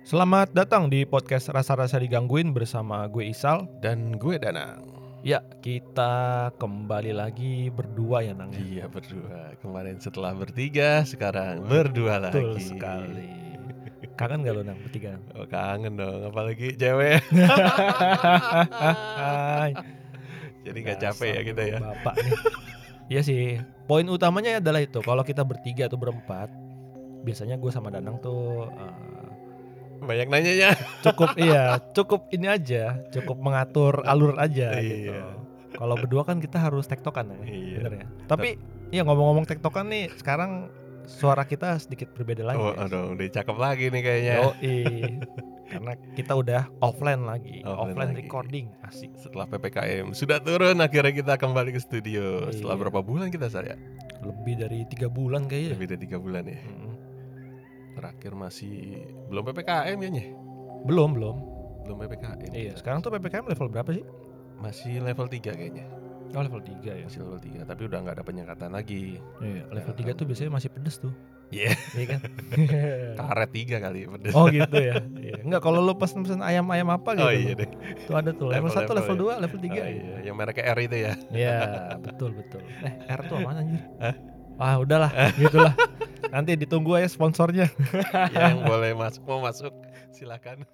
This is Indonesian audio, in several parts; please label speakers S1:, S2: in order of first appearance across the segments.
S1: Selamat datang di podcast Rasa-Rasa Digangguin bersama gue Isal
S2: Dan gue Danang.
S1: Ya, kita kembali lagi berdua ya Nang ya?
S2: Iya berdua. Kemarin setelah bertiga, sekarang berdua lagi.
S1: Betul sekali Kangen gak lo Nang bertiga? Nang?
S2: Oh, kangen dong, apalagi cewek. ya.
S1: Hai
S2: Jadi nggak capek ya
S1: Dasar
S2: kita ya.
S1: Bapak nih Iya sih, poin utamanya adalah itu Kalau kita bertiga atau berempat Biasanya gue sama Danang tuh eh,
S2: Banyak nanyanya.
S1: cukup iya cukup ini aja cukup mengatur alur aja gitu
S2: Iya.
S1: kalau berdua kan kita harus tektokan ya
S2: Iya.
S1: bener ya tapi ya ngomong-ngomong tektokan nih sekarang suara kita sedikit berbeda lagi
S2: Oh,
S1: ya.
S2: aduh, Iya. udah cakep lagi nih kayaknya.
S1: Yoi. karena kita udah offline lagi offline,
S2: Offline lagi.
S1: recording asik
S2: Setelah PPKM sudah turun, akhirnya kita kembali ke studio. Setelah
S1: Iya.
S2: berapa bulan kita saya?
S1: lebih dari tiga bulan kayaknya
S2: Lebih dari tiga bulan ya.
S1: Mm-mm.
S2: Terakhir masih belum PPKM ya Nye?
S1: belum belum
S2: Belum PPKM.
S1: iya sekarang tuh ppkm level berapa sih
S2: Masih level 3 kayaknya.
S1: oh level 3 ya
S2: Masih level 3, tapi udah nggak ada penyekatan lagi.
S1: iya, level 3 tuh biasanya masih pedes tuh
S2: Iya.
S1: iya kan
S2: Karet 3 kali pedes.
S1: Oh gitu ya. Iya. Enggak kalau lu pesen-pesen ayam-ayam apa gitu.
S2: Oh iya deh.
S1: Tuh ada tuh level
S2: Level-
S1: 1, level
S2: level
S1: 2, level 3.
S2: Oh, iya, yang mereknya R itu ya.
S1: Iya, betul betul. Eh, R tuh apaan anjir? Wah, udahlah, gitulah. Nanti ditunggu aja sponsornya.
S2: Ya, yang boleh masuk mau masuk silakan.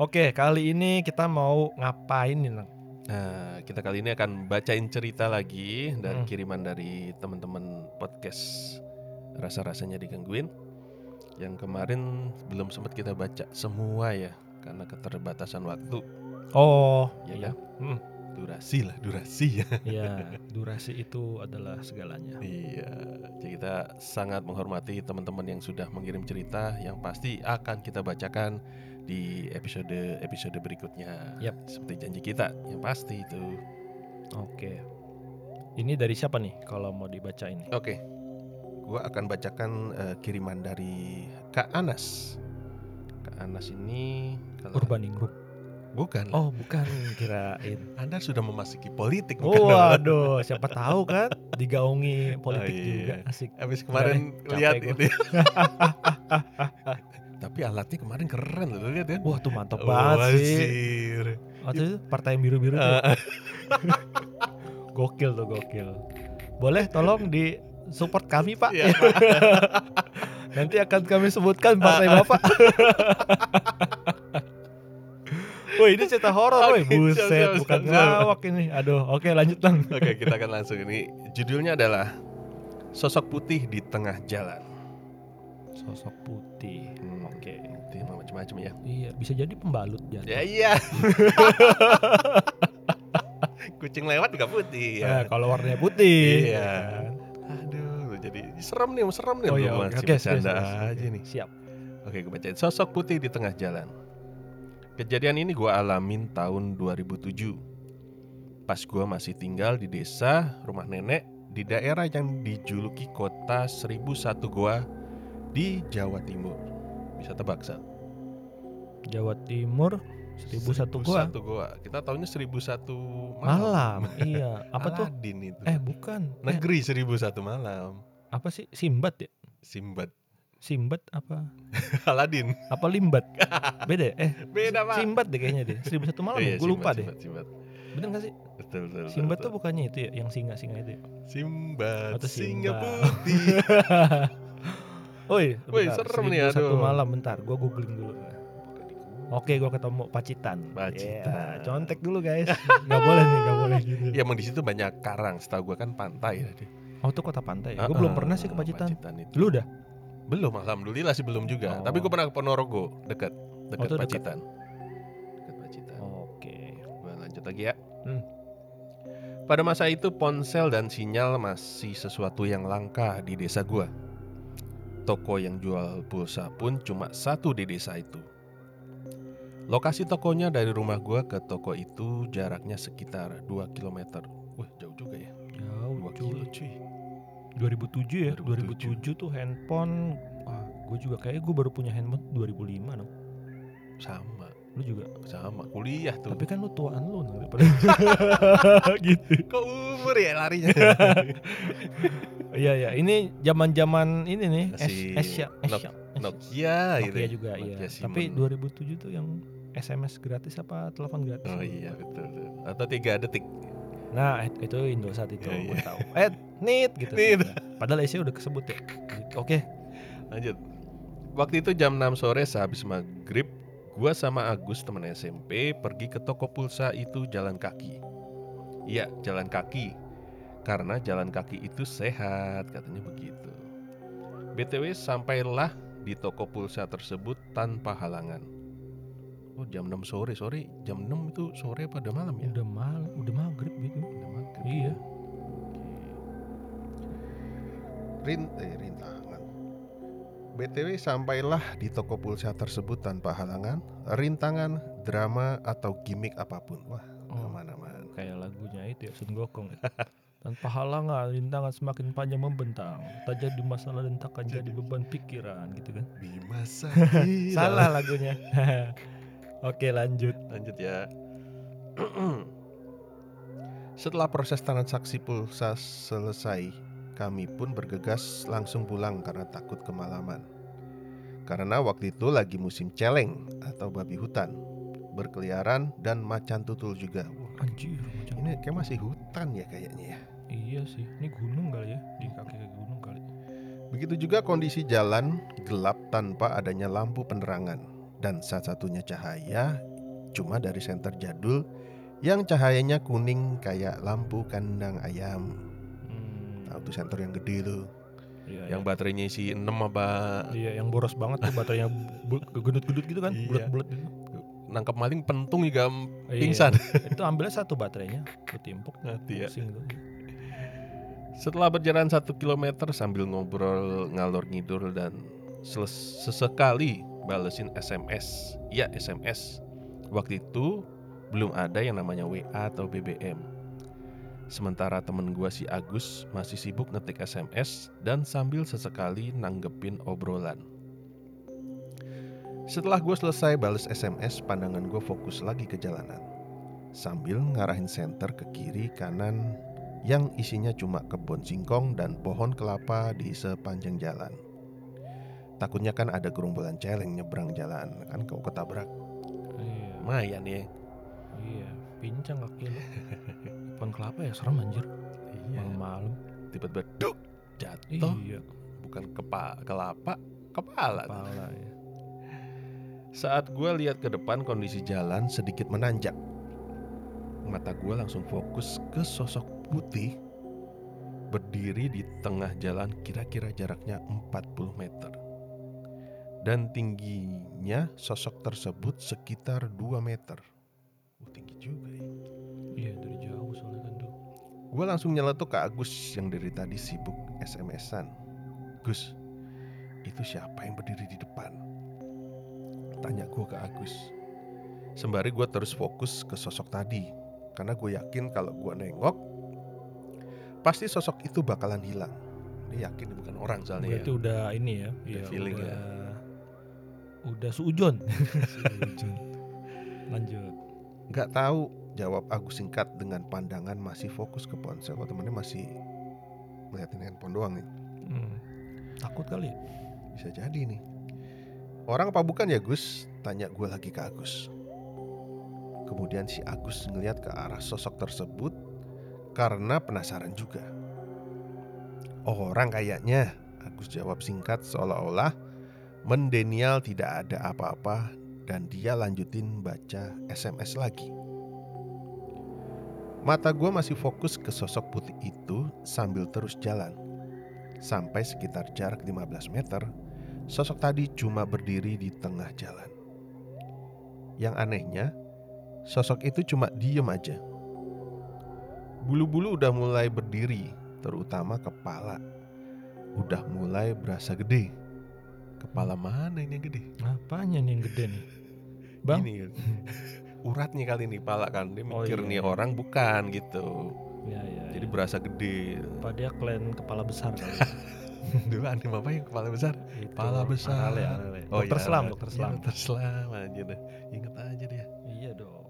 S1: Oke, kali ini kita mau ngapain nih, Nang?
S2: Nah, kita kali ini akan bacain cerita lagi dari
S1: Hmm.
S2: kiriman dari teman-teman podcast rasa-rasanya digangguin. Yang kemarin belum sempat kita baca semua ya karena keterbatasan waktu
S1: Oh,
S2: ya
S1: iya.
S2: kan?
S1: Hmm.
S2: Durasi lah, durasi ya.
S1: Iya, durasi itu adalah segalanya.
S2: iya. Jadi kita sangat menghormati teman-teman yang sudah mengirim cerita yang pasti akan kita bacakan di episode episode berikutnya.
S1: Yap.
S2: Seperti janji kita yang pasti itu.
S1: Oke. Ini dari siapa nih kalau mau dibaca ini?
S2: Oke, gua akan bacakan eh, kiriman dari Kak Anas. Kak Anas ini kalau
S1: Urbaning Group.
S2: bukan.
S1: Oh, bukan kirain.
S2: Anda sudah memasuki politik
S1: Oh,
S2: bukan? Bang?
S1: waduh, siapa tahu kan digaungi politik
S2: Oh, iya.
S1: juga asik.
S2: Abis kemarin
S1: deh,
S2: lihat
S1: capek
S2: itu. Tapi alatnya kemarin keren loh, lu lihat kan?
S1: Wah tuh mantep banget sih.
S2: Wazir.
S1: Waktu itu partai yang biru-biru tuh.
S2: Gitu. Eh,
S1: Gokil tuh gokil. Boleh tolong di support kami pak.
S2: Iya,
S1: Nanti akan kami sebutkan partai
S2: Ah,
S1: bapak. Woi ini cerita horor, woi
S2: Oke, siap, siap,
S1: buset,
S2: siap,
S1: bukan
S2: siap.
S1: ngelawak ini. Aduh, oke lanjut lang.
S2: Oke, kita akan langsung ini. Judulnya adalah Sosok Putih di Tengah Jalan.
S1: Sosok putih,
S2: Hmm,
S1: oke.
S2: Putih emang macam-macam ya.
S1: Iya, bisa jadi pembalut
S2: Ya
S1: jadi.
S2: iya. Kucing lewat juga putih
S1: Eh,
S2: ya.
S1: kalau warnanya putih.
S2: Iya.
S1: kan?
S2: Aduh, jadi serem nih, serem nih.
S1: Oh iya,
S2: Lu
S1: oke,
S2: masih
S1: oke,
S2: bercanda
S1: serius, serius,
S2: aja
S1: oke.
S2: nih.
S1: Siap.
S2: Oke, gue bacain. Sosok putih di tengah jalan. Kejadian ini gue alamin tahun 2007. Pas gue masih tinggal di desa rumah nenek di daerah yang dijuluki kota 1001 Goa di Jawa Timur. Bisa tebak, Sal?
S1: Jawa Timur 1001 gua.
S2: 1001 Goa. Kita tahunya 1001 malam.
S1: Malam. iya. Apa tuh?
S2: Aladin itu.
S1: Eh, bukan. Eh,
S2: Negeri 1001 malam.
S1: apa sih? Simbat ya?
S2: Simbad.
S1: Simbat apa?
S2: Aladin.
S1: Apa limbat? Beda ya? Eh,
S2: Beda, Pak.
S1: Simbat deh kayaknya deh. 1001 malam. ya?
S2: Iya,
S1: Gue lupa
S2: Simbad,
S1: deh.
S2: Simbad, Simbad.
S1: Bener gak sih?
S2: Betul, betul, betul,
S1: Simbat
S2: betul.
S1: tuh bukannya itu ya yang singa-singa itu ya?
S2: Simbad,
S1: Atau
S2: singa
S1: Simbad.
S2: putih.
S1: Oi,
S2: Woi,
S1: bentar,
S2: serem nih,
S1: 1001
S2: aduh.
S1: malam bentar, gua googling dulu. Oke, gua ketemu Pacitan.
S2: Pacitan.
S1: Iya, contek dulu guys. Gak boleh nih, gak boleh gitu.
S2: ya, emang di situ banyak karang. Setahu gua kan pantai tadi.
S1: Oh, itu kota pantai. ya? Gua belum pernah sih ke Pacitan.
S2: itu.
S1: Lu udah?
S2: Belum, alhamdulillah sih belum juga.
S1: Oh.
S2: Tapi gua pernah ke Ponorogo, dekat, dekat
S1: itu dekat.
S2: Pacitan. Oh, Dekat Pacitan.
S1: Oke.
S2: Gua lanjut lagi ya.
S1: Hmm.
S2: Pada masa itu ponsel dan sinyal masih sesuatu yang langka di desa gua. Toko yang jual pulsa pun cuma satu di desa itu. Lokasi tokonya dari rumah gua ke toko itu jaraknya sekitar 2 km. Wah, jauh juga ya.
S1: Jauh
S2: 2
S1: cuy.
S2: kilo cuy.
S1: 2007 ya 2007,
S2: 2007.
S1: tuh handphone wah gue juga kayak gue baru punya handphone 2005 dong
S2: Sama.
S1: Lu juga.
S2: Sama kuliah tuh.
S1: Tapi kan lu tuaan lu Nang, daripada gitu.
S2: Kok umur ya larinya?
S1: Iya ya, ini zaman-zaman ini nih,
S2: Si
S1: S Asia,
S2: Nok-
S1: Asia.
S2: Nokia gitu.
S1: ya, Nokia
S2: ya.
S1: juga iya.
S2: Nokia
S1: Tapi
S2: Simon.
S1: 2007 tuh yang SMS gratis apa telepon gratis?
S2: Oh iya betul. betul. Atau tiga detik.
S1: Nah, it- itu Indosat itu
S2: Iya,
S1: gue
S2: iya.
S1: tahu. Eh, nit gitu.
S2: Nit.
S1: Padahal isinya udah kesebut ya. Gitu. Oke.
S2: Lanjut. Waktu itu jam 6 sore sehabis maghrib, gua sama Agus teman SMP pergi ke toko pulsa itu jalan kaki. Iya, jalan kaki. Karena jalan kaki itu sehat, katanya begitu. BTW sampailah di toko pulsa tersebut tanpa halangan. Oh, jam 6 sore, sorry. Jam 6 itu sore pada malam ya?
S1: Udah mal, udah maghrib gitu.
S2: Udah maghrib.
S1: Iya.
S2: Rin, eh, rintangan. BTW sampailah di toko pulsa tersebut tanpa halangan, rintangan, drama atau gimmick apapun. Wah,
S1: Oh,
S2: mana
S1: kayak lagunya itu ya Sun Gokong. ya. Tanpa halangan, rintangan semakin panjang membentang. Tak jadi masalah dan takkan jadi beban pikiran gitu kan.
S2: Bima Iya.
S1: Salah lagunya. Oke, lanjut.
S2: Lanjut ya. Setelah proses transaksi pulsa selesai, kami pun bergegas langsung pulang karena takut kemalaman. Karena waktu itu lagi musim celeng atau babi hutan, berkeliaran dan macan tutul juga. Wah,
S1: Anjir, macam
S2: Ini kayak masih hutan ya kayaknya ya.
S1: Iya sih, ini gunung kali ya, di kaki kaki gunung kali.
S2: Begitu juga kondisi jalan gelap tanpa adanya lampu penerangan dan satu-satunya cahaya cuma dari senter jadul yang cahayanya kuning kayak lampu kandang ayam.
S1: Hmm,
S2: Tahu tuh senter yang gede tuh.
S1: iya,
S2: Yang
S1: yang
S2: baterainya isi 6 apa
S1: iya, yang boros banget tuh baterainya gendut-gendut gitu kan,
S2: Iya.
S1: bulat-bulat gitu.
S2: nangkap maling pentung ya, juga
S1: Iya,
S2: pingsan.
S1: itu ambilnya satu baterainya, lu timpuk,
S2: Mati ya.
S1: pusing tuh.
S2: Setelah berjalan satu kilometer sambil ngobrol ngalor ngidul dan seles- sesekali balesin SMS. Ya SMS. Waktu itu belum ada yang namanya WA atau BBM. Sementara temen gua si Agus masih sibuk ngetik SMS dan sambil sesekali nanggepin obrolan. Setelah gue selesai bales SMS, pandangan gue fokus lagi ke jalanan. Sambil ngarahin senter ke kiri, kanan, yang isinya cuma kebun singkong dan pohon kelapa di sepanjang jalan. Takutnya kan ada gerombolan celeng nyebrang jalan, kan kau ketabrak.
S1: Iya,
S2: Lumayan ya.
S1: iya, pincang kaki lu. Pohon kelapa ya serem anjir,
S2: Iya.
S1: malam-malam.
S2: Tiba-tiba duk jatuh,
S1: Iya,
S2: bukan kepa kelapa, kepala. tuh.
S1: kepala ya.
S2: Saat gue lihat ke depan kondisi jalan sedikit menanjak. Mata gue langsung fokus ke sosok putih berdiri di tengah jalan kira-kira jaraknya 40 meter. Dan tingginya sosok tersebut sekitar 2 meter. Oh, tinggi juga ya.
S1: Iya, dari jauh soalnya kan tuh.
S2: Gue langsung nyeletuk ke Agus yang dari tadi sibuk SMS-an. Gus, itu siapa yang berdiri di depan? Tanya gue ke Agus. Sembari gue terus fokus ke sosok tadi. Karena gue yakin kalau gue nengok, pasti sosok itu bakalan hilang. Dia yakin bukan orang soalnya
S1: Berarti udah ini ya, iya,
S2: feeling ya.
S1: udah, udah suujon. Suujon. Lanjut.
S2: Gak tahu, jawab Agus singkat dengan pandangan masih fokus ke ponsel. Kok temennya masih ngeliatin handphone doang nih.
S1: Hmm. Takut kali. ya?
S2: Bisa jadi nih. Orang apa bukan ya Gus? Tanya gue lagi ke Agus. Kemudian si Agus ngeliat ke arah sosok tersebut karena penasaran juga. Orang kayaknya, Agus jawab singkat seolah-olah mendenial tidak ada apa-apa dan dia lanjutin baca SMS lagi. Mata gue masih fokus ke sosok putih itu sambil terus jalan. Sampai sekitar jarak 15 meter, sosok tadi cuma berdiri di tengah jalan. Yang anehnya, sosok itu cuma diem aja. Bulu-bulu udah mulai berdiri, terutama kepala. Udah mulai berasa gede. Kepala mana ini yang gede?
S1: Apanya nih yang gede nih? Bang?
S2: Ini. Uratnya kali ini pala kan. Dia
S1: Oh,
S2: mikir
S1: iya.
S2: nih orang bukan gitu.
S1: Ya, ya,
S2: Jadi
S1: ya.
S2: berasa gede.
S1: Apa dia klan kepala besar kali.
S2: Dulu anime apa yang kepala besar?
S1: Itu,
S2: Kepala besar.
S1: Arale, Arale. dokter
S2: iya,
S1: selam
S2: Arale.
S1: dokter
S2: Iya,
S1: selam
S2: Dokter selam aja deh. Ingat aja dia.
S1: iya dong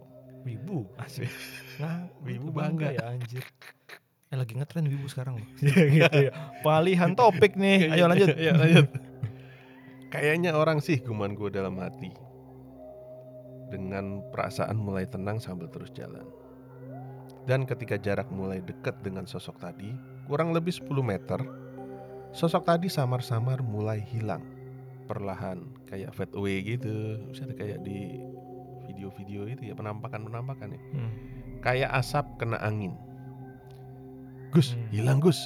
S1: wibu asik nah
S2: Wibu
S1: wibu
S2: bangga.
S1: bangga ya anjir eh lagi ngetren wibu sekarang loh gitu ya palihan topik nih ayo Ya, lanjut
S2: Iya, lanjut. Kayaknya orang sih guman gue dalam hati. Dengan perasaan mulai tenang sambil terus jalan. Dan ketika jarak mulai dekat dengan sosok tadi, kurang lebih 10 meter, sosok tadi samar-samar mulai hilang. Perlahan, kayak fade away gitu. Misalnya kayak di video-video itu ya, penampakan-penampakan ya.
S1: Hmm.
S2: Kayak asap kena angin. Gus,
S1: Hmm.
S2: hilang Gus.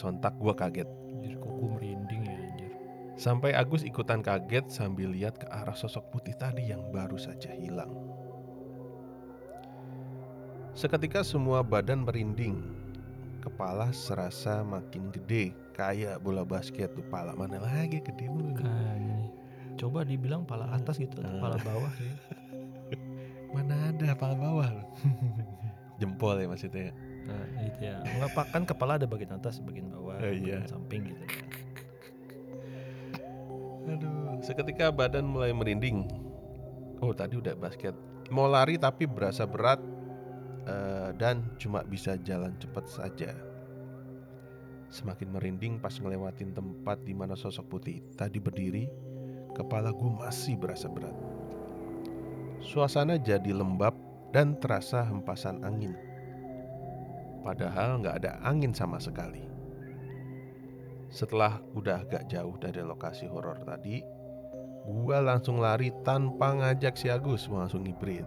S2: Sontak gua kaget.
S1: Anjir kok gue merinding ya anjir
S2: Sampai Agus ikutan kaget sambil lihat ke arah sosok putih tadi yang baru saja hilang. Seketika semua badan merinding. Kepala serasa makin gede, kayak bola basket tuh pala mana lagi gede mulu.
S1: kan coba dibilang pala
S2: Hmm.
S1: atas gitu atau pala bawah
S2: Nah.
S1: ya.
S2: Mana ada pala bawah. lu. Jempol ya maksudnya.
S1: nah gitu ya nggak pak kan kepala ada bagian atas bagian bawah
S2: Eh, iya.
S1: bagian samping gitu ya.
S2: Aduh, seketika badan mulai merinding. Oh, tadi udah basket. Mau lari tapi berasa berat eh, dan cuma bisa jalan cepat saja. Semakin merinding pas ngelewatin tempat di mana sosok putih tadi berdiri, kepala gue masih berasa berat. Suasana jadi lembab dan terasa hempasan angin. Padahal nggak ada angin sama sekali. Setelah udah agak jauh dari lokasi horor tadi, gua langsung lari tanpa ngajak si Agus, Wah, langsung hibrid.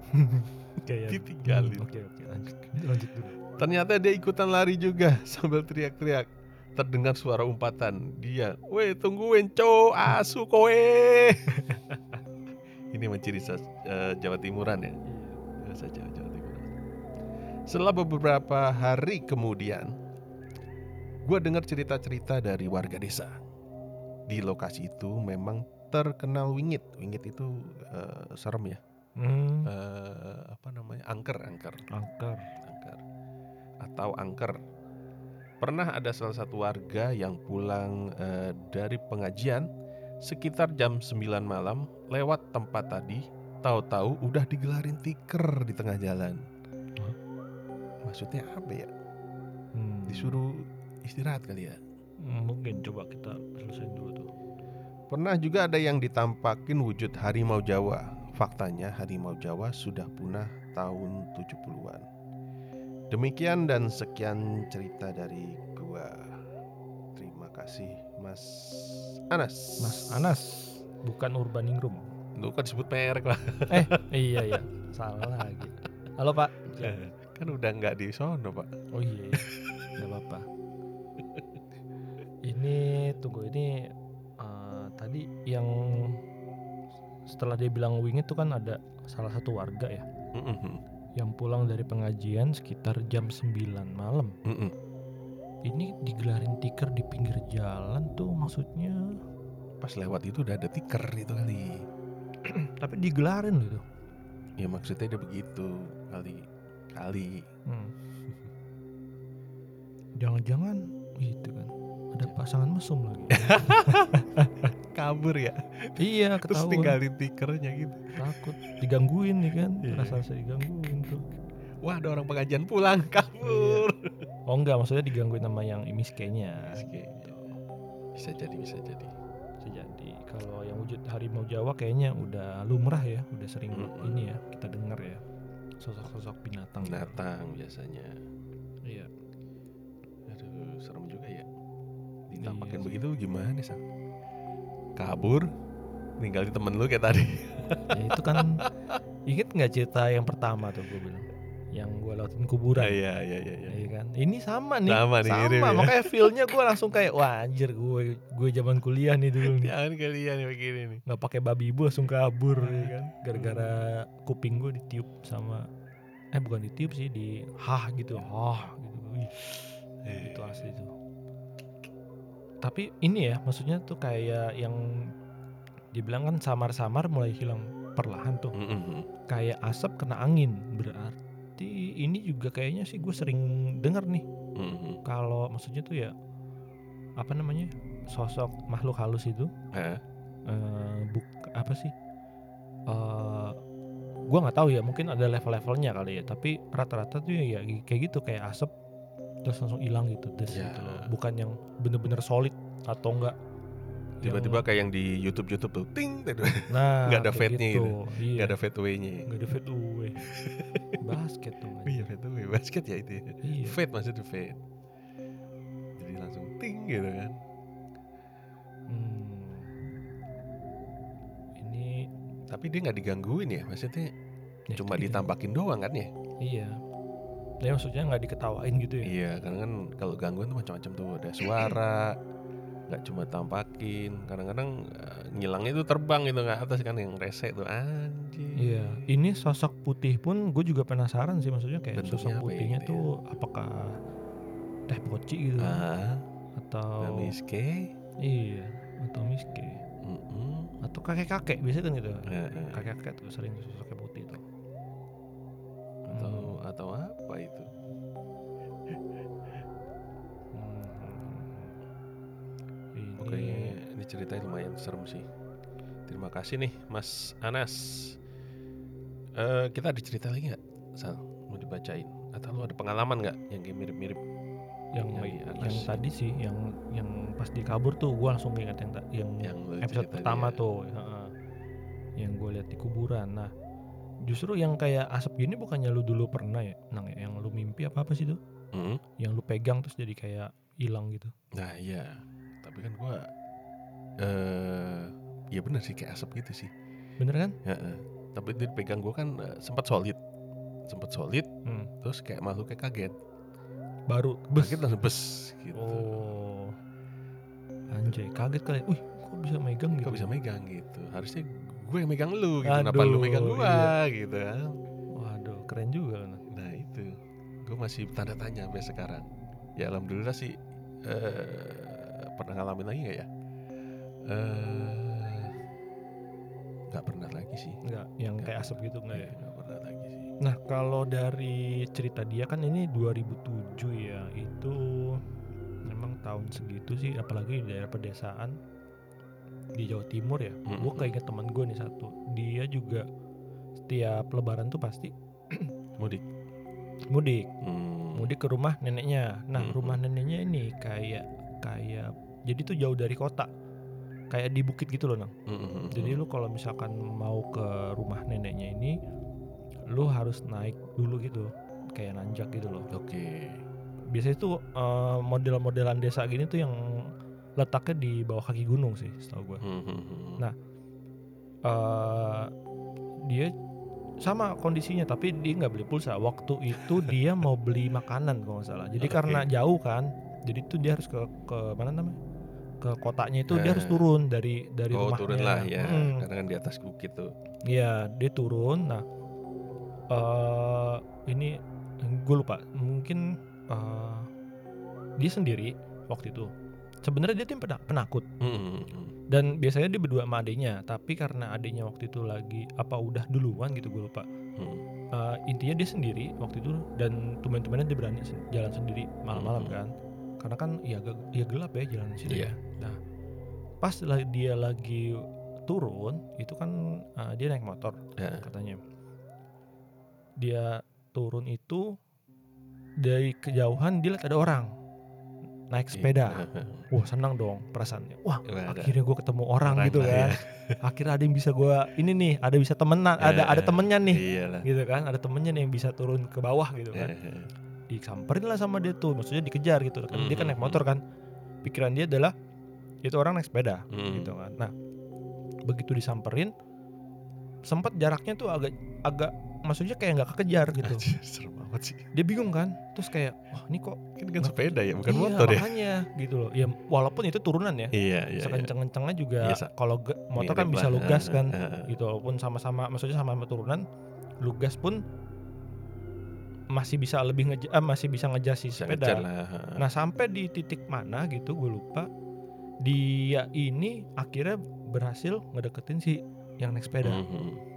S1: kayak
S2: Ditinggalin.
S1: Hmm, oke oke lanjut lanjut dulu Iya.
S2: Ternyata dia ikutan lari juga sambil teriak-teriak. Terdengar suara umpatan dia, "Weh, tungguin, co, asu kowe." Ini menciri khas, eh, Jawa Timuran ya. Biasa Jawa, Jawa Timuran. Setelah beberapa hari kemudian, gue dengar cerita-cerita dari warga desa. Di lokasi itu memang terkenal wingit. Wingit itu eh, serem ya.
S1: hmm,
S2: Eh, apa namanya? Angker, angker,
S1: angker
S2: angker. Atau angker. Pernah ada salah satu warga yang pulang eh, dari pengajian sekitar jam 9 malam lewat tempat tadi, tahu-tahu udah digelarin tiker di tengah jalan.
S1: Hah?
S2: Maksudnya apa ya?
S1: Hmm.
S2: disuruh istirahat kali ya.
S1: Hmm, mungkin coba kita selesaiin dulu tuh
S2: Pernah juga ada yang ditampakin wujud harimau Jawa. Faktanya harimau Jawa sudah punah tahun 70-an. Demikian dan sekian cerita dari gua. Terima kasih Mas Anas.
S1: Mas Anas bukan Urban Ingrum
S2: Lu kan disebut merek lah.
S1: iya iya salah lagi halo pak
S2: kan udah nggak di sono, Pak.
S1: oh iya iya. nggak apa-apa ini tunggu ini eh, tadi yang setelah dia bilang wing itu kan ada salah satu warga ya
S2: Mm-mm,
S1: yang pulang dari pengajian sekitar jam 9 malam
S2: mm-mm.
S1: ini digelarin tiker di pinggir jalan tuh maksudnya
S2: Pas lewat itu udah ada tiker itu kali.
S1: tapi digelarin gitu
S2: Ya maksudnya dia begitu kali kali.
S1: Hmm. Jangan-jangan gitu kan. Ada pasangan mesum lagi.
S2: Kabur ya.
S1: iya,
S2: Terus
S1: ketahuan.
S2: tinggalin tikernya gitu.
S1: Takut digangguin nih kan.
S2: Iya.
S1: Perasaan saya digangguin tuh.
S2: Wah ada orang pengajian pulang kabur.
S1: Oh enggak, maksudnya digangguin sama yang imis kayaknya.
S2: Oke, Nah, Bisa jadi bisa jadi.
S1: Bisa jadi kalau yang wujud harimau Jawa kayaknya udah lumrah ya, udah sering
S2: Mm-mm.
S1: ini ya kita dengar ya. Sosok-sosok binatang.
S2: Binatang biasanya.
S1: Iya.
S2: Aduh serem juga ya. Ditampakin
S1: Iya.
S2: begitu gimana sang? Kabur? Ninggalin temen lu kayak tadi.
S1: Ya, itu kan inget nggak cerita yang pertama tuh gue bilang yang gue lautin kuburan
S2: Ah, Iya iya iya. iya.
S1: Iya kan? Ini sama nih.
S2: Sama nih, mirip ya.
S1: makanya feel-nya gue langsung kayak wah anjir gue gue zaman kuliah nih dulu nih.
S2: Jangan kalian yang begini nih.
S1: nggak pakai babi ibu langsung kabur
S2: iya
S1: ya kan. Gara-gara kuping gue ditiup sama eh bukan ditiup sih di hah gitu. Hah gitu. Wih,
S2: Eh,
S1: Itu asli itu. Tapi ini ya maksudnya tuh kayak yang dibilang kan samar-samar mulai hilang perlahan tuh
S2: mm-mm.
S1: kayak asap kena angin berarti ini juga kayaknya sih gue sering denger nih
S2: Mm-mm.
S1: kalau maksudnya tuh ya apa namanya sosok makhluk halus itu
S2: Heeh.
S1: eh buk- apa sih? Eh gua nggak tahu ya, mungkin ada level-levelnya kali ya. Tapi rata-rata tuh ya gi- kayak gitu kayak asap terus langsung hilang gitu, des
S2: Ya.
S1: gitu loh. Bukan yang bener-bener solid atau enggak
S2: tiba-tiba kayak yang di YouTube YouTube tuh ting gitu.
S1: nah
S2: nggak ada
S1: kayak
S2: fade-nya
S1: gitu. Iya.
S2: nggak ada fadeaway-nya.
S1: Nggak ada fade away. Basket dong.
S2: Iya
S1: anjing.
S2: fadeaway basket ya itu. Ya.
S1: Iya.
S2: Fade maksudnya fade. Jadi langsung ting gitu kan.
S1: Hmm. Ini
S2: Tapi dia nggak digangguin ya maksudnya.
S1: ya,
S2: Cuma
S1: itu dia.
S2: ditampakin doang kan ya?
S1: Iya. Ya maksudnya nggak diketawain gitu ya.
S2: Iya, karena kan kalau gangguan tuh macam-macam tuh ada suara, nggak cuma tampakin. Kadang-kadang eh, ngilangnya tuh terbang gitu ke atas kan yang rese tuh anjing.
S1: Iya, ini sosok putih pun gue juga penasaran sih maksudnya kayak
S2: Bentuknya
S1: sosok
S2: apa ya
S1: putihnya
S2: gitu ya?
S1: tuh apakah teh poci gitu
S2: Ah,
S1: atau
S2: Miss K.
S1: iya atau miske
S2: Mm-mm.
S1: atau kakek kakek biasanya kan gitu
S2: Eh, eh.
S1: kakek kakek tuh sering sosoknya putih tuh
S2: atau atau apa itu?
S1: Hmm. ini
S2: Oke, ini ceritanya lumayan serem sih. Terima kasih nih, Mas Anas. Eh kita ada cerita lagi nggak, Sal? Mau dibacain? Atau lu ada pengalaman nggak yang kayak mirip-mirip?
S1: Hmm, yang
S2: yang
S1: yang,
S2: di atas. ya.
S1: tadi sih yang yang pas dikabur tuh gue langsung ingat yang ta- yang,
S2: Yang lu ya?
S1: episode
S2: cerita
S1: pertama
S2: dia.
S1: tuh heeh. yang gue lihat di kuburan nah justru yang kayak asap gini bukannya lu dulu pernah ya nang ya? yang lu mimpi apa apa sih tuh
S2: Mm.
S1: yang lu pegang terus jadi kayak hilang gitu
S2: Nah iya, tapi kan gua, eh, ya benar sih kayak asap gitu sih.
S1: bener kan
S2: Heeh. Tapi dia pegang gua kan eh, sempat solid, sempat solid,
S1: Hmm.
S2: terus kayak makhluknya kaget,
S1: baru bes
S2: kaget langsung bes gitu.
S1: oh anjay kaget kali wih kok bisa megang gitu
S2: Kok bisa megang gitu? Harusnya gue yang megang lu gitu. Kenapa
S1: Aduh, iya.
S2: lu megang gua gitu kan?
S1: waduh keren juga kan
S2: Nah itu Gue masih tanda tanya sampai sekarang Ya Alhamdulillah sih eh Pernah ngalamin lagi gak ya? eh gak pernah lagi sih
S1: nggak yang kayak asap gitu nggak ya
S2: Iya, nggak pernah lagi sih
S1: Nah, kalau dari cerita dia kan ini 2007 ya. Itu memang tahun segitu sih apalagi di daerah pedesaan di Jawa Timur ya.
S2: Mm-mm.
S1: Gue keinget teman gue nih satu. Dia juga setiap lebaran tuh pasti
S2: Mudik
S1: mudik,
S2: Hmm,
S1: mudik ke rumah neneknya. Nah,
S2: Mm-mm.
S1: rumah neneknya ini kayak kayak jadi tuh jauh dari kota. Kayak di bukit gitu loh, Nang.
S2: mm, mm, mm,
S1: Jadi
S2: mm.
S1: lu kalau misalkan mau ke rumah neneknya ini, lu harus naik dulu gitu, kayak nanjak gitu loh.
S2: Oke
S1: Biasanya tuh eh, model-modelan desa gini tuh yang letaknya di bawah kaki gunung sih, setahu gua.
S2: Hmm, hmm, hmm.
S1: Nah. Eh, dia sama kondisinya, tapi dia nggak beli pulsa. Waktu itu dia mau beli makanan kalau nggak salah. Jadi
S2: Oke.
S1: karena jauh kan, jadi tuh dia harus ke ke mana namanya? ke kotanya itu dia harus
S2: Eh.
S1: turun dari dari
S2: Oh
S1: rumahnya.
S2: turun lah ya
S1: Mm.
S2: Karena kan di atas bukit tuh
S1: Iya, dia turun. Nah, eh ini gue lupa. Mungkin eh, dia sendiri waktu itu. Sebenarnya dia tim pena- penakut
S2: Hmm, hmm, hmm.
S1: dan biasanya dia berdua sama adiknya. Tapi karena adiknya waktu itu lagi apa udah duluan gitu gue lupa.
S2: Hmm.
S1: Eh, intinya dia sendiri waktu itu dan teman-temannya dia berani sen- jalan sendiri malam-malam
S2: Mhm.
S1: kan. Karena kan ya, agak- ya gelap ya jalan di situ.
S2: Iya.
S1: ya. Nah, pas lah dia lagi turun itu kan eh, dia naik motor
S2: Ya.
S1: katanya dia turun itu dari kejauhan dia lihat ada orang naik sepeda wah senang dong perasaannya wah
S2: Iya, ada
S1: akhirnya gue ketemu orang,
S2: orang
S1: gitu
S2: lah iya.
S1: kan akhirnya ada yang bisa gue ini nih ada bisa temenan ada ada
S2: Eh,
S1: temennya nih
S2: Iya lah
S1: gitu kan ada temennya nih yang bisa turun ke bawah gitu kan
S2: Eh, eh.
S1: disamperin lah sama dia tuh maksudnya dikejar gitu kan dia kan naik
S2: Mhm.
S1: motor kan pikiran dia adalah itu orang naik sepeda
S2: Hmm.
S1: gitu kan. Nah, begitu disamperin sempat jaraknya tuh agak agak maksudnya kayak nggak kekejar gitu.
S2: Anjir, serem amat sih
S1: Dia bingung kan? Terus kayak wah ini kok
S2: Ini kan
S1: Nah,
S2: sepeda ya, bukan
S1: iya,
S2: motor ya.
S1: makanya gitu loh. Ya walaupun itu turunan ya.
S2: Iya, iya.
S1: Sekenceng-kencengnya juga
S2: Iya, sa-
S1: kalau ge- motor kan bisa lu gas kan.
S2: Eh,
S1: Gitu walaupun sama-sama maksudnya sama-sama turunan, lu gas pun masih bisa lebih ngeja, eh, masih bisa ngejar si
S2: Bisa
S1: sepeda.
S2: ngejar lah. eh. heeh.
S1: Nah sampai di titik mana gitu gue lupa dia ini akhirnya berhasil ngedeketin si yang naik sepeda
S2: Mhm.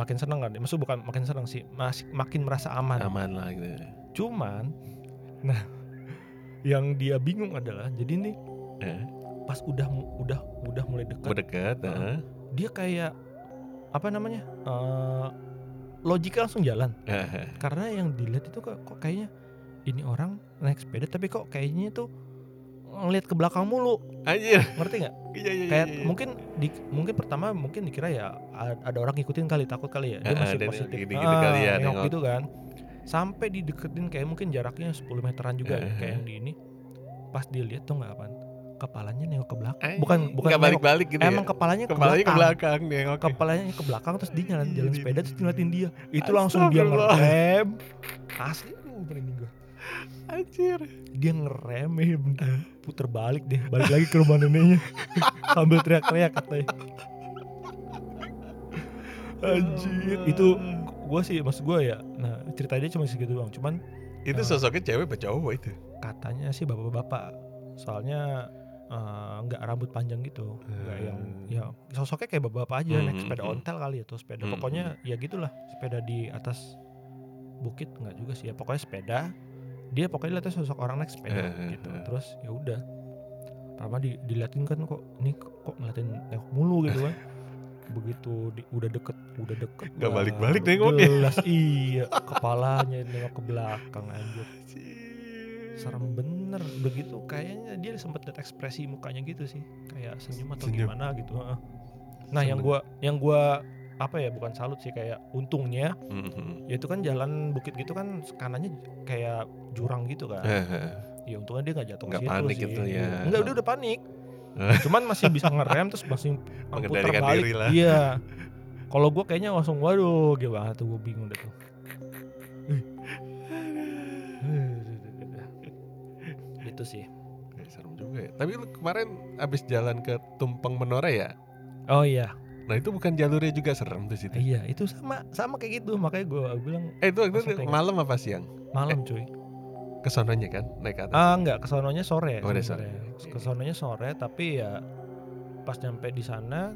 S1: makin seneng kan maksud bukan makin seneng sih masih makin merasa aman
S2: Aman lah gitu.
S1: cuman nah yang dia bingung adalah jadi nih
S2: eh,
S1: pas udah udah udah mulai dekat
S2: berdekat,
S1: Heeh.
S2: heeh,
S1: dia kayak apa namanya eh logika langsung jalan
S2: heeh.
S1: karena yang dilihat itu kok, kok kayaknya ini orang naik sepeda tapi kok kayaknya tuh ngelihat ke belakang mulu
S2: Anjir.
S1: ngerti nggak
S2: Iya, iya, iya,
S1: kayak
S2: iya.
S1: mungkin di- mungkin pertama mungkin dikira ya a- ada orang ngikutin kali takut kali ya dia
S2: Ah,
S1: masih
S2: dan
S1: positif
S2: gini-gini kali ya,
S1: nengok
S2: nengok.
S1: gitu kan sampai dideketin kayak mungkin jaraknya 10 meteran juga ya,
S2: Eh,
S1: kayak
S2: eh.
S1: yang di ini pas dilihat tuh nggak apa kepalanya nengok ke belakang
S2: Anjir,
S1: bukan bukan
S2: nggak
S1: nengok,
S2: balik-balik gitu
S1: emang
S2: ya.
S1: kepalanya,
S2: Kepalanya
S1: ke
S2: ke
S1: belakang
S2: belakang deh. Oke.
S1: kepalanya ke belakang terus dia jalan jalan
S2: Ini-
S1: sepeda terus ngeliatin dia itu langsung dia
S2: Astagfirullah.
S1: ngerem asli lu merinding gua.
S2: Anjir.
S1: dia ngerem ya bener. puter balik deh balik lagi ke rumah neneknya sambil teriak-teriak katanya anjir itu gue sih maksud gue ya nah cerita dia cuma segitu doang cuman
S2: itu
S1: eh,
S2: sosoknya cewek apa cowok itu?
S1: katanya sih bapak-bapak soalnya eh, nggak rambut panjang gitu nggak yang
S2: Hmm.
S1: ya sosoknya kayak bapak-bapak aja
S2: Hmm,
S1: naik
S2: hmm,
S1: sepeda
S2: hmm.
S1: ontel kali atau sepeda
S2: Hmm,
S1: pokoknya ya gitulah sepeda di atas bukit nggak juga sih ya pokoknya sepeda dia pokoknya lihatnya sosok orang naik sepeda
S2: Eh, eh,
S1: gitu
S2: eh.
S1: terus ya udah pertama di, diliatin kan kok ini kok kok ngeliatin nengok mulu gitu kan begitu di- udah deket udah deket
S2: Nggak
S1: baru
S2: balik-balik nengoknya.
S1: jelas iya kepalanya nengok ke belakang anjir serem bener begitu kayaknya dia sempet liat ekspresi mukanya gitu sih kayak senyum atau
S2: Senyum.
S1: gimana gitu heeh. nah yang
S2: Seneng.
S1: gua yang gua apa ya bukan salut sih kayak untungnya
S2: Hmm,
S1: ya itu kan jalan bukit gitu kan kanannya kayak jurang gitu kan
S2: Eh,
S1: ya untungnya dia nggak jatuh ke
S2: Nggak
S1: situ
S2: panik
S1: sih. Iya.
S2: gitu ya.
S1: nggak udah udah panik
S2: Eh.
S1: cuman masih bisa ngerem terus masih putar
S2: Mengendalikan
S1: balik
S2: diri lah.
S1: iya kalau gua kayaknya langsung waduh gitu banget tuh gua bingung deh tuh itu sih
S2: Eh, serem juga ya. Tapi lu kemarin abis jalan ke Tumpeng Menora ya?
S1: oh iya
S2: Nah itu bukan jalurnya juga serem tuh situ.
S1: Iya, itu sama sama kayak gitu. Makanya gue bilang
S2: Eh itu waktu
S1: Maksudnya
S2: itu
S1: kayak-
S2: malam apa siang? Eh.
S1: malam cuy.
S2: Kesononya kan naik ke atas.
S1: Ah nggak, kesononya sore.
S2: Oh, udah
S1: sebenarnya.
S2: sore.
S1: Kesononya sore, tapi ya pas nyampe di sana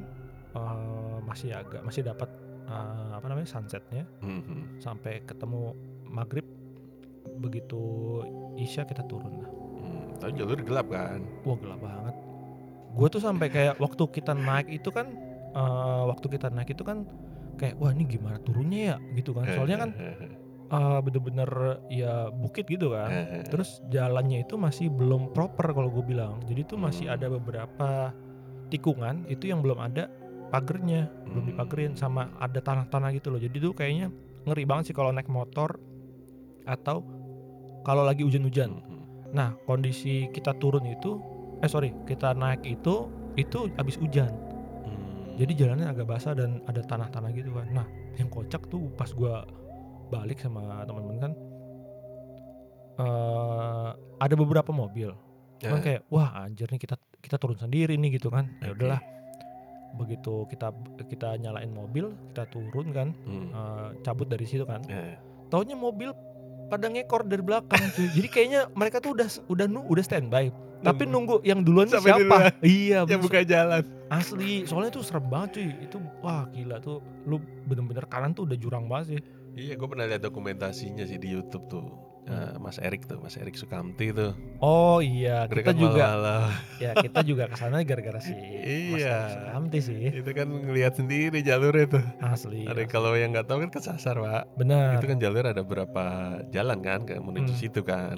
S1: eh, masih agak masih dapat eh, apa namanya sunsetnya
S2: Mhm.
S1: sampai ketemu maghrib begitu isya kita turun lah.
S2: Hmm, Tapi jalur gelap kan?
S1: Wah gelap banget. Gue tuh sampai kayak waktu kita naik itu kan eh, waktu kita naik itu kan kayak wah ini gimana turunnya ya gitu kan.
S2: Iya,
S1: Soalnya kan eh, bener-bener ya bukit gitu kan.
S2: Iya. eh,
S1: Terus jalannya itu masih belum proper kalau gue bilang. Jadi tuh masih
S2: Hmm.
S1: ada beberapa tikungan itu yang belum ada pagernya, belum
S2: Hmm.
S1: dipagerin sama ada tanah-tanah gitu loh. Jadi tuh kayaknya ngeri banget sih kalau naik motor atau kalau lagi hujan-hujan. Nah, kondisi kita turun itu eh sorry, kita naik itu itu habis hujan.
S2: hmm.
S1: Jadi jalannya agak basah dan ada tanah-tanah gitu kan. Nah, yang kocak tuh pas gua balik sama teman-teman kan eh ada beberapa mobil.
S2: Eh,
S1: Cuman kayak wah anjir nih kita kita turun sendiri nih gitu kan. Ya
S2: Ya. Oke.
S1: udahlah. Begitu kita kita nyalain mobil, kita turun kan,
S2: hmm.
S1: eh, cabut dari situ kan.
S2: Eh.
S1: Taunya mobil pada ngekor dari belakang cuy. Jadi kayaknya mereka tuh udah udah nu udah standby. Tapi nunggu yang duluan tuh
S2: Sampai
S1: siapa?
S2: duluan. Ya,
S1: Iya,
S2: yang
S1: bener.
S2: buka jalan.
S1: Asli, soalnya tuh serem banget cuy. Itu wah gila tuh. Lu bener-bener kanan tuh udah jurang banget sih.
S2: Iya, gue pernah lihat dokumentasinya sih di YouTube tuh. Eh,
S1: Hmm.
S2: Mas Erik tuh, Mas Erik Sukamti tuh.
S1: Oh iya, kita
S2: Mereka
S1: juga
S2: malam-malam.
S1: ya kita juga kesana gara-gara si Mas
S2: Iya.
S1: Alex Hamti sih. Iya.
S2: itu kan ngelihat sendiri jalurnya tuh.
S1: Asli.
S2: Ada kalau yang nggak tahu kan kesasar pak.
S1: Benar.
S2: Itu kan jalur ada berapa jalan kan, kayak menuju
S1: Nah. Hmm.
S2: situ kan.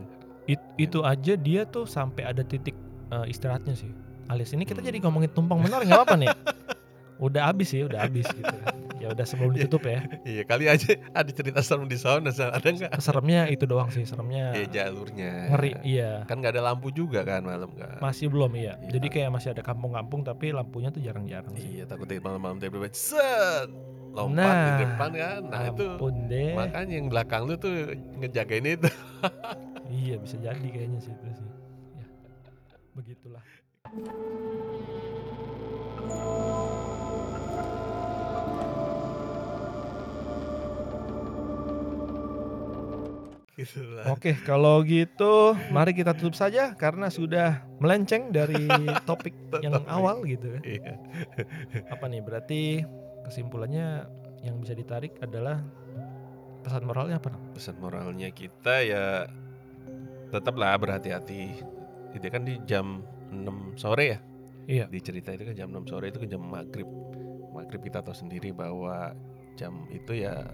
S1: It- itu aja dia tuh sampai ada titik eh, istirahatnya sih. Alias ini kita
S2: Hmm.
S1: jadi ngomongin tumpang benar nggak apa-apa nih. Udah habis sih, udah habis gitu. Ya udah sebelum ditutup ya.
S2: iya kali aja ada cerita serem di sana, Sal. ada nggak?
S1: Seremnya itu doang sih, seremnya
S2: Iya jalurnya.
S1: ngeri. Iya.
S2: Kan nggak ada lampu juga kan malam kan.
S1: Masih belum iya.
S2: Iya.
S1: Jadi kayak masih ada kampung-kampung tapi lampunya tuh jarang-jarang sih.
S2: Iya takutnya malam-malam tiba-tiba set lompat
S1: Nah,
S2: di depan kan. Nah itu
S1: Ampun deh.
S2: makanya yang belakang lu tuh ngejagain itu.
S1: Iya bisa jadi kayaknya sih itu sih. Ya. Begitulah.
S2: gitu lah.
S1: Oke, kalau gitu mari kita tutup saja karena sudah melenceng dari topik yang
S2: Topik.
S1: awal gitu kan.
S2: Iya.
S1: Apa nih berarti kesimpulannya yang bisa ditarik adalah pesan moralnya apa? Nam?
S2: Pesan moralnya kita ya tetaplah berhati-hati. Itu kan di jam 6 sore ya
S1: Iya.
S2: di cerita itu kan jam 6 sore itu kan jam maghrib maghrib kita tahu sendiri bahwa jam itu ya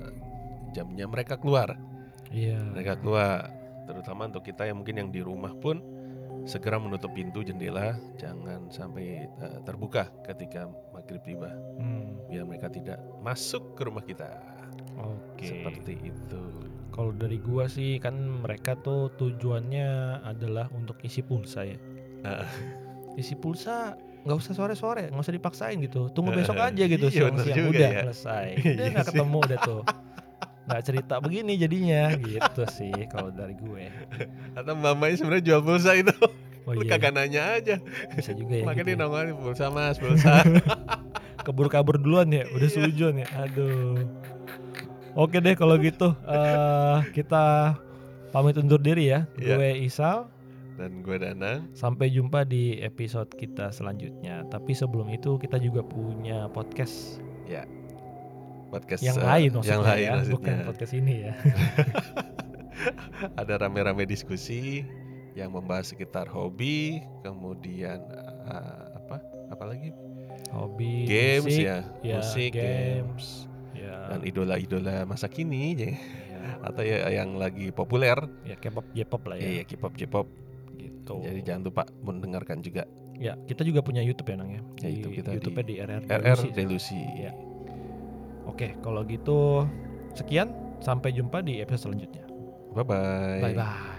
S2: jamnya mereka keluar
S1: Iya.
S2: mereka keluar terutama untuk kita yang mungkin yang di rumah pun segera menutup pintu jendela jangan sampai eh, terbuka ketika maghrib tiba
S1: Hmm,
S2: biar mereka tidak masuk ke rumah kita
S1: Oke.
S2: seperti itu
S1: Kalau dari gua sih kan mereka tuh tujuannya adalah untuk isi pulsa ya.
S2: Ah.
S1: Isi pulsa nggak usah sore-sore, nggak usah dipaksain gitu. Tunggu besok
S2: Ah,
S1: aja gitu
S2: iya,
S1: siang-siang
S2: bener juga
S1: udah
S2: ya.
S1: selesai.
S2: Iya
S1: Udah nggak
S2: sih.
S1: ketemu udah tuh. Nggak cerita begini jadinya gitu sih kalau dari gue.
S2: atau mbak Mai sebenarnya jual pulsa itu
S1: Oh
S2: lu
S1: iya,
S2: kagak nanya aja
S1: bisa juga ya.
S2: makanya dia
S1: gitu ya.
S2: nongol pulsa mas pulsa
S1: Kabur-kabur duluan ya, udah
S2: Iya.
S1: sujon ya. Aduh. Oke deh kalau gitu eh kita pamit undur diri ya.
S2: Iya.
S1: Gue Isal
S2: dan gue Danang
S1: Sampai jumpa di episode kita selanjutnya. Tapi sebelum itu kita juga punya podcast
S2: podcast
S1: yang
S2: eh,
S1: lain maksudnya
S2: yang lain
S1: ya, bukan
S2: maksudnya
S1: podcast ini ya.
S2: ada rame-rame diskusi yang membahas sekitar hobi kemudian eh, apa apalagi
S1: Hobi Iya,
S2: games
S1: musik,
S2: ya,
S1: ya,
S2: musik games,
S1: games. ya,
S2: dan idola-idola masa kini ya.
S1: ya,
S2: atau ya yang lagi populer
S1: ya K-pop, J-pop lah
S2: ya,
S1: ya.
S2: ya K-pop J-pop
S1: Gitu.
S2: jadi jangan lupa mendengarkan juga
S1: ya, kita juga punya YouTube ya Nang ya.
S2: Ya,
S1: Di-
S2: YouTube kita di
S1: YouTube-nya di RR.
S2: RR
S1: Delusi.
S2: Delusi
S1: Ya. Oke, kalau gitu sekian sampai jumpa di episode selanjutnya.
S2: bye bye
S1: Bye bye.